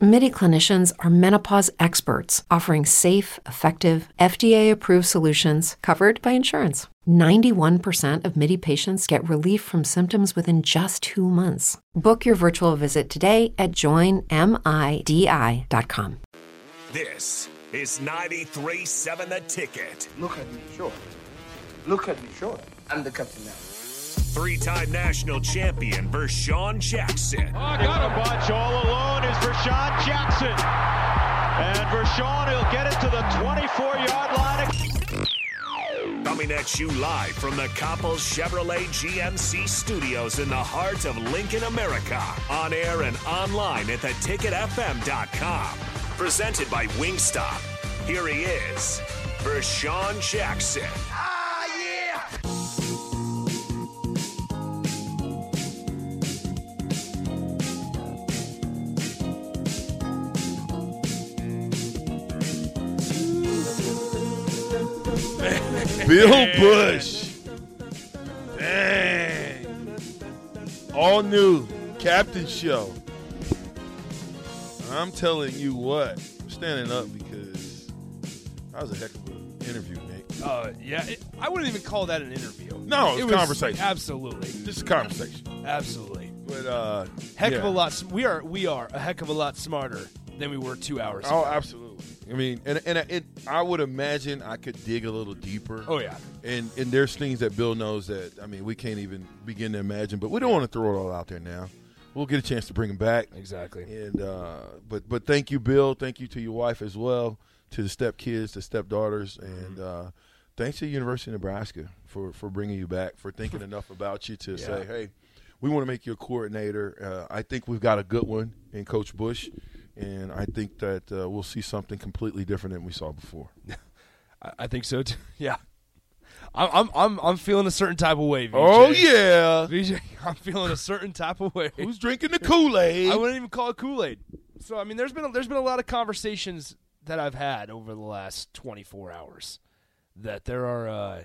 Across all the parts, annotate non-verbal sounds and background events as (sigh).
MIDI clinicians are menopause experts offering safe, effective, FDA approved solutions covered by insurance. 91% of MIDI patients get relief from symptoms within just two months. Book your virtual visit today at joinmidi.com. This is 937 The Ticket. Look at me, sure. Look at me, sure. I'm the captain now. Three time national champion Vershawn Jackson. Oh, got a bunch all alone is Rashawn Jackson. And Rashawn, he'll get it to the 24 yard line. Coming at you live from the Coppel Chevrolet GMC studios in the heart of Lincoln, America. On air and online at theticketfm.com. Presented by Wingstop. Here he is, Vershawn Jackson. Ah, yeah! Bill Bush. Dang. All new Captain Show. I'm telling you what, I'm standing up because that was a heck of an interview, Nick. Uh, yeah, it, I wouldn't even call that an interview. No, it's conversation. Absolutely, Just a conversation. absolutely. But uh Heck of yeah. a lot. sm- We are we are a heck of a lot smarter than we were two hours. ago. Oh, absolutely. I mean, and and it, I would imagine I could dig a little deeper. Oh, yeah. And and there's things that Bill knows that I mean we can't even begin to imagine, but we don't want to throw it all out there now. We'll get a chance to bring him back. Exactly. And uh, but but thank you, Bill. Thank you to your wife as well, to the stepkids, the stepdaughters, Mm-hmm. and uh, thanks to the University of Nebraska for for bringing you back, for (laughs) thinking enough about you to say, hey, we want to make you a coordinator. Uh, I think we've got a good one in Coach Bush, and I think that uh, we'll see something completely different than we saw before. I, I think so too. (laughs) Yeah, I'm I'm I'm, I'm feeling a certain type of way. VJ. Oh (laughs) yeah, VJ, I'm feeling a certain type of way. who's (laughs) drinking the Kool I Aid? wouldn't even call it Kool Aid. So I mean, there's been a, there's been a lot of conversations that I've had over the last 24 hours that there are uh,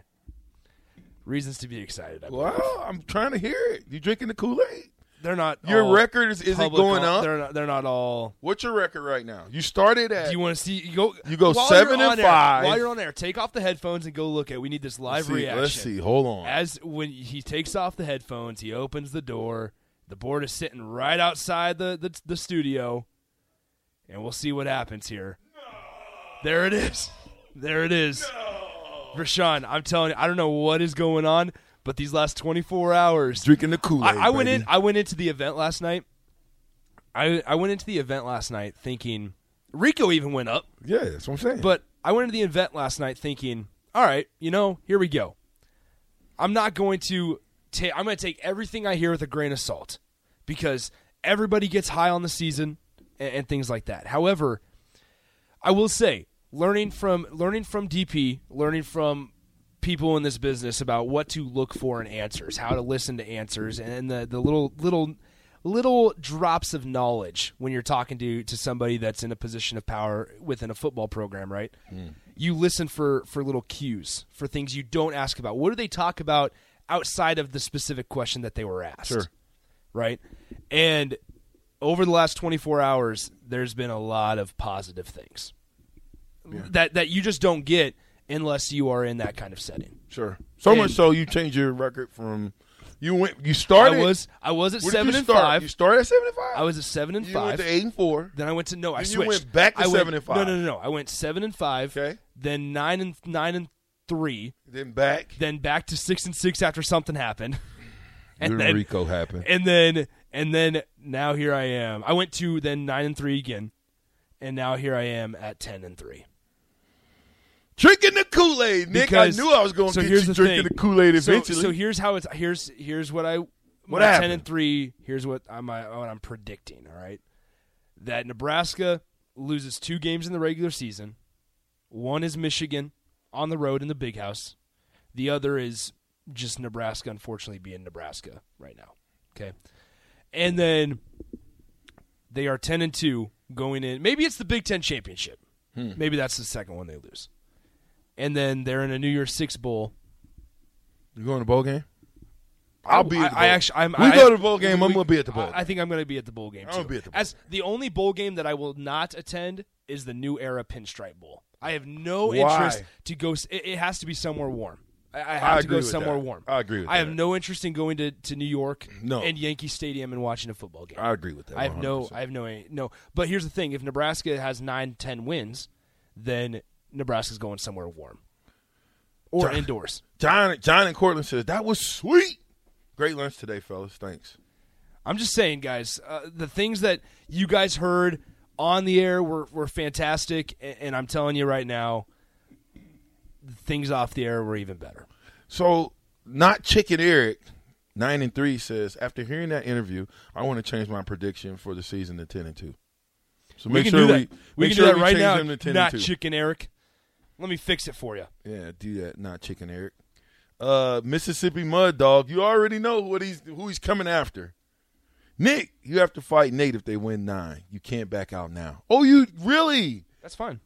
reasons to be excited. I believe. Wow, I'm trying to hear it. You drinking the Kool Aid? They're not Your all record is- isn't public going all- up? They're not. They're not all. What's your record right now? You started at Do you want to see? You go. You go while seven you're and on five. Air, while you're on air, take off the headphones and go look at. We need this live Let's see, reaction. Let's see. Hold on. As when he takes off the headphones, he opens the door. The board is sitting right outside the the, the studio, and we'll see what happens here. There it is. There it is. Rashawn, I'm telling you, I don't know what is going on, but these last 24 hours, drinking the Kool Aid. I, I went in. I went into the event last night. I I went into the event last night thinking Rico even went up, Yeah, that's what I'm saying. but I went into the event last night thinking, all right, you know, here we go. I'm not going to take. I'm going to take everything I hear with a grain of salt because everybody gets high on the season and, and things like that. However, I will say learning from learning from DP, learning from people in this business about what to look for in answers, how to listen to answers, and the, the little little little drops of knowledge when you're talking to to somebody that's in a position of power within a football program, right? You listen for for little cues for things you don't ask about. What do they talk about outside of the specific question that they were asked? Sure. Right? And over the last 24 hours, there's been a lot of positive things that that you just don't get unless you are in that kind of setting. sure. So And- much so you changed your record from you went you started I was I was at where did seven you and start? five. You started at seven and five. I was at seven and you five. went to eight and four. Then I went to no. I Then you switched. went back to I went- seven and five. No, no, no, no. I went seven and five. Okay. Then nine and nine and three. Then back. Then back to six and six after something happened. (laughs) Then and then Rico happened. and then and then now here I am. I went to then nine and three again, and now here I am at ten and three. drinking the Kool Aid, Nick. Because- I knew I was going to so get here's you the drinking thing. the Kool Aid So- eventually. So, here's how it's here's here's what I What my ten happened? and three. Here's what I'm what I'm predicting. All right, that Nebraska loses two games in the regular season. One is Michigan on the road in the Big House. The other is just Nebraska, unfortunately, being Nebraska right now. Okay, and then they are ten and two going in. Maybe it's the Big Ten championship. Hmm. Maybe that's the second one they lose. And then they're in a New Year's Six bowl. You going to the bowl game? I'll be. I, at the bowl. I actually. I'm, we I, go to the bowl game. I'm we- gonna be at the bowl. I, I think I'm gonna be at the bowl game. I'm gonna too. be at the bowl As the only bowl game that I will not attend is the New Era Pinstripe Bowl. I have no Why? interest to go. s- It, it has to be somewhere warm. I, I have I to go agree with somewhere that. warm. I agree with I have that. no interest in going to, to New York No. and Yankee Stadium and watching a football game. I agree with that. I have no, 100%. I have no, no. But here's the thing: if Nebraska has nine, ten wins, then Nebraska's going somewhere warm or Darn. indoors. John, John and Cortland says that was sweet. Great lunch today, fellas. Thanks. I'm just saying, guys, uh, the things that you guys heard on the air were were fantastic, and, and I'm telling you right now, the things off the air were even better. So, not chicken Eric, nine and three says after hearing that interview, I want to change my prediction for the season to ten and two. So we make can sure do we that. We make can sure do that we right change now. them to 10 and Not two. chicken, Eric. Let me fix it for you. Yeah, do that. Not chicken Eric. Uh, Mississippi Mud Dog. You already know what he's who he's coming after. Nick, you have to fight Nate if they win nine. You can't back out now. Oh, you really? That's fine.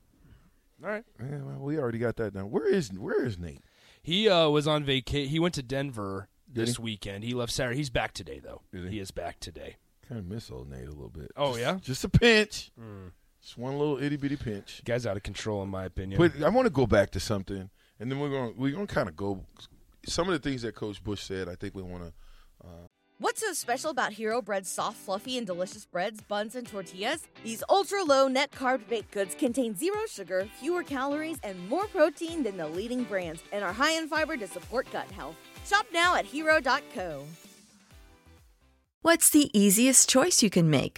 All right. Yeah, well, we already got that done. Where is where is Nate? He uh, was on vacation. He went to Denver Did this he? weekend. He left Saturday. He's back today, though. Is he? is back today. Kind of miss old Nate a little bit. Oh, Just- yeah? Hmm. just a pinch. Just one little itty bitty pinch. Guy's out of control, in my opinion. But I want to go back to something, and then we're going to we're going to kind of go some of the things that Coach Bush said. I think we want to. What's so special about Hero Bread's soft, fluffy, and delicious breads, buns, and tortillas? These ultra low net carb baked goods contain zero sugar, fewer calories, and more protein than the leading brands, and are high in fiber to support gut health. Shop now at hero.co. What's the easiest choice you can make?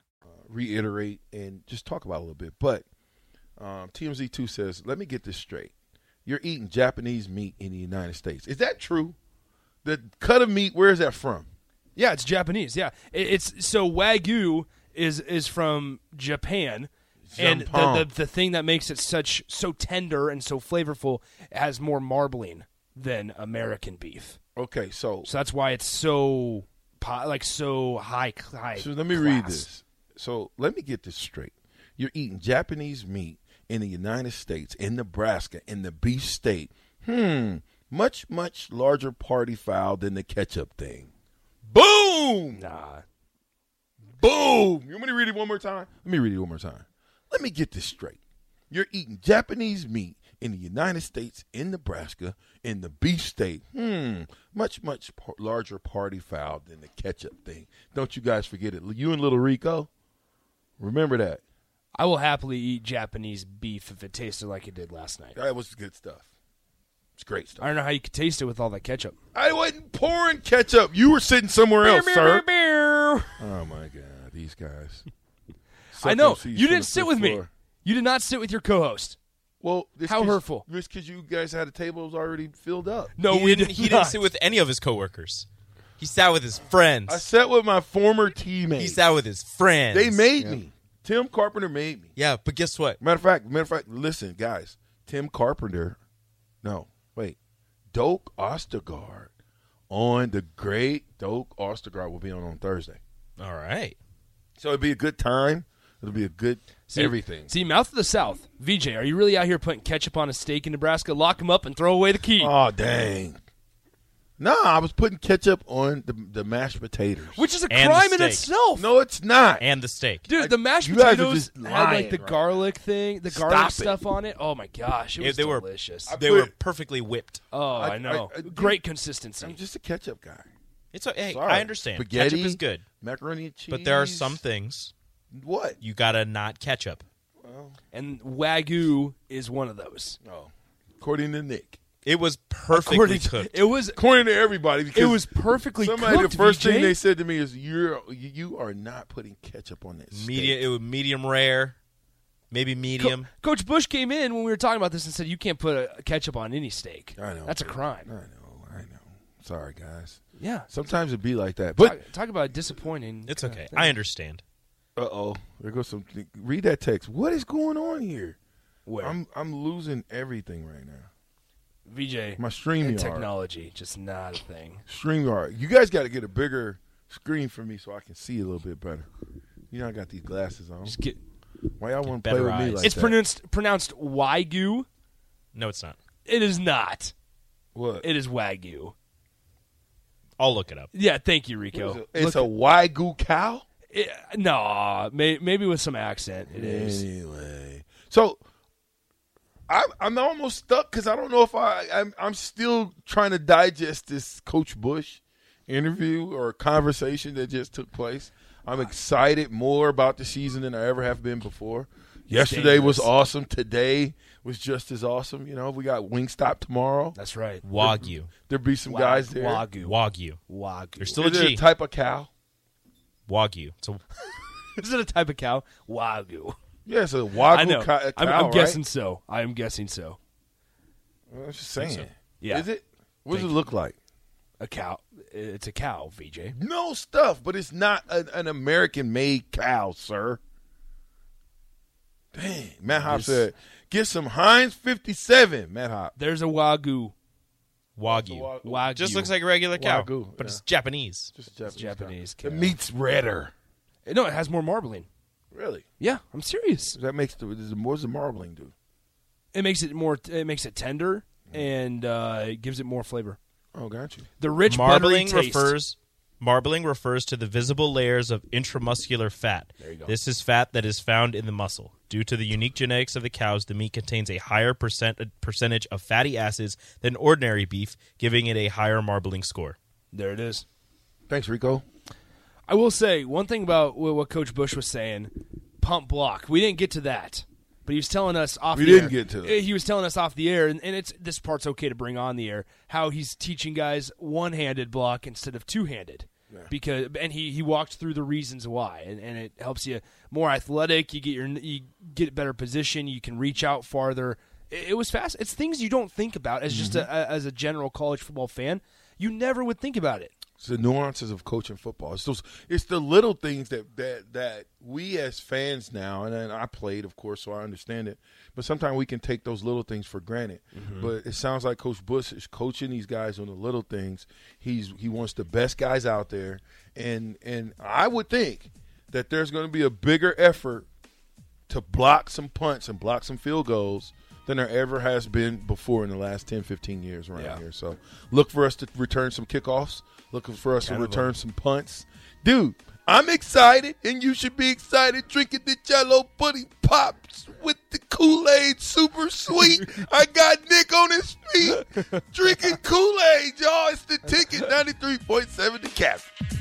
reiterate and just talk about a little bit. But um, TMZ2 says, let me get this straight. You're eating Japanese meat in the United States. Is that true? The cut of meat, where is that from? Yeah, it's Japanese. Yeah, It- it's so wagyu is is from Japan, and Japan. the, the the thing that makes it such so tender and so flavorful it has more marbling than American beef. Okay, so So that's why it's so po- like so high. high so let me class. read this. So let me get this straight. You're eating Japanese meat in the United States, in Nebraska, in the beef state. Hmm, much much larger party foul than the ketchup thing. Boom. Nah, Boom! You want me to read it one more time? Let me read it one more time. Let me get this straight. You're eating Japanese meat in the United States, in Nebraska, in the beef state. Hmm, much, much par- larger party foul than the ketchup thing. Don't you guys forget it. You and Little Rico, remember that. I will happily eat Japanese beef if it tasted like it did last night. That was good stuff. It's great I stuff. don't know how you could taste it with all that ketchup. I wasn't pouring ketchup. You were sitting somewhere else, sir. Beer. Oh, my God. These guys. (laughs) I know Sucking seeds you from didn't the sit fifth with me. floor. You did not sit with your co-host. Well, this How 'cause- hurtful. This because you guys had the tables already filled up. No, he we didn't, did he not. didn't sit with any of his coworkers. He sat with his friends. I sat with my former teammates. he sat with his friends. they made me. Tim Carpenter made me. Yeah, but guess what? Matter of fact, matter of fact, listen, guys. Tim Carpenter, no, wait, Doak Ostergaard on the great Doak Ostergaard will be on on Thursday. All right. So it'd be a good time. It'll be a good See- everything. See, mouth of the South, VJ. Are you Oh, really out here putting ketchup on a steak in Nebraska? Lock him up and throw away the key. Oh dang! No, I was putting ketchup on the, the mashed potatoes. which is a And the crime in steak. itself. no, it's not. Oh, And the steak. Dude, the mashed you guys are potatoes just had like lying the right garlic thing, the Stop garlic it. stuff on it. Oh my gosh, it Yeah, was they were- delicious. I- They put- were perfectly whipped. oh, I- I, know, I- I- great consistency. I'm just a ketchup guy. It's a, hey, Sorry. I understand. Spaghetti Ketchup is good, Macaroni and cheese. but there are some things What? you gotta not ketchup. and wagyu is one of those. Oh, according to Nick. It was perfectly According to- cooked. it was According to everybody, because it was perfectly somebody. cooked. the first VJ. thing they said to me is, "You're you are not putting ketchup on this." Medium. It was medium rare, maybe Co- medium. Coach Bush came in when we were talking about this and said you can't put a ketchup on any steak. I know. that's a crime. I know, I know. Sorry, guys. Yeah, Sometimes it be like that, but talk, talk about disappointing. It's okay. I understand. uh oh, there goes some. Read that text. What is going on here? Where I'm I'm losing everything right now. VJ My stream and yard, technology just not a thing. stream yard. You guys got to get a bigger screen for me so I can see a little bit better. You know I got these glasses on. Just get. Why y'all want to play better with me eyes. like It's that? pronounced pronounced wagyu. No, it's not. It is not. What? It is wagyu. I'll look it up. Yeah, thank you, It's Rico. a, it's a wagyu cow. It, nah, may, maybe with some accent. It is. Anyway, so I'm I'm almost stuck because I don't know if I I'm I'm still trying to digest this Coach Bush interview or conversation that just took place. I'm excited more about the season than I ever have been before. Yesterday was dangerous. awesome. Today was just as awesome. You know, we got Wingstop tomorrow. That's right. Wagyu. There'll be some Wa- guys there. Wagyu. Wagyu. Wagyu. There's still a Is it a G. type of cow? Wagyu. It's a, Is it a type of cow? Wagyu. Yeah, it's a wagyu I know. co- cow. I'm, I'm right? guessing so. I am guessing so. I was just saying. Yeah. Is it? What does it look like? A cow. It's a cow, VJ. No stuff, but it's not an, an American made cow, sir. Dang. Matt Hop said, get some Heinz 57, Matt Hop. There's a wagyu. wagyu. Wagyu. Just looks like a regular cow, Wagyu, but yeah. it's Japanese. Just Japanese. Japanese cow. cow. The meat's redder. No, it has more marbling. Really? Yeah, I'm serious. That makes the, the what's the marbling do? It makes it more. It makes it tender and uh, it gives it more flavor. Oh, got you. The rich marbling buttery taste. refers marbling refers to the visible layers of intramuscular fat. There you go. This is fat that is found in the muscle. Due to the unique genetics of the cows, the meat contains a higher percent percentage of fatty acids than ordinary beef, giving it a higher marbling score. There it is. Thanks, Rico. I will say one thing about wh- what Coach Bush was saying: pump block. We didn't get to that, but he was telling us off. We the didn't air- get to Uh, it. He was telling us off the air, and, and it's this part's okay to bring on the air. How he's teaching guys one-handed block instead of two-handed. Because and he, he walked through the reasons why and, and it helps you more athletic you get your you get better position you can reach out farther it, it was fast it's things you don't think about as just Mm-hmm. a, a, as a general college football fan you never would think about it It's the nuances of coaching football. It's those, it's the little things that that that we as fans now, and, and I played, of course, so I understand it. But sometimes we can take those little things for granted. But it sounds like Coach Bush is coaching these guys on the little things. He's he wants the best guys out there, and and I would think that there's going to be a bigger effort to block some punts and block some field goals than there ever has been before in the last 10, 15 years around here. So look for us to return some kickoffs. Look for us to return some punts. Dude, I'm excited, and you should be excited drinking the jello pudding pops with the Kool-Aid super sweet. I got Nick on his feet drinking Kool-Aid, y'all. It's the ticket, 93.7 The Cap.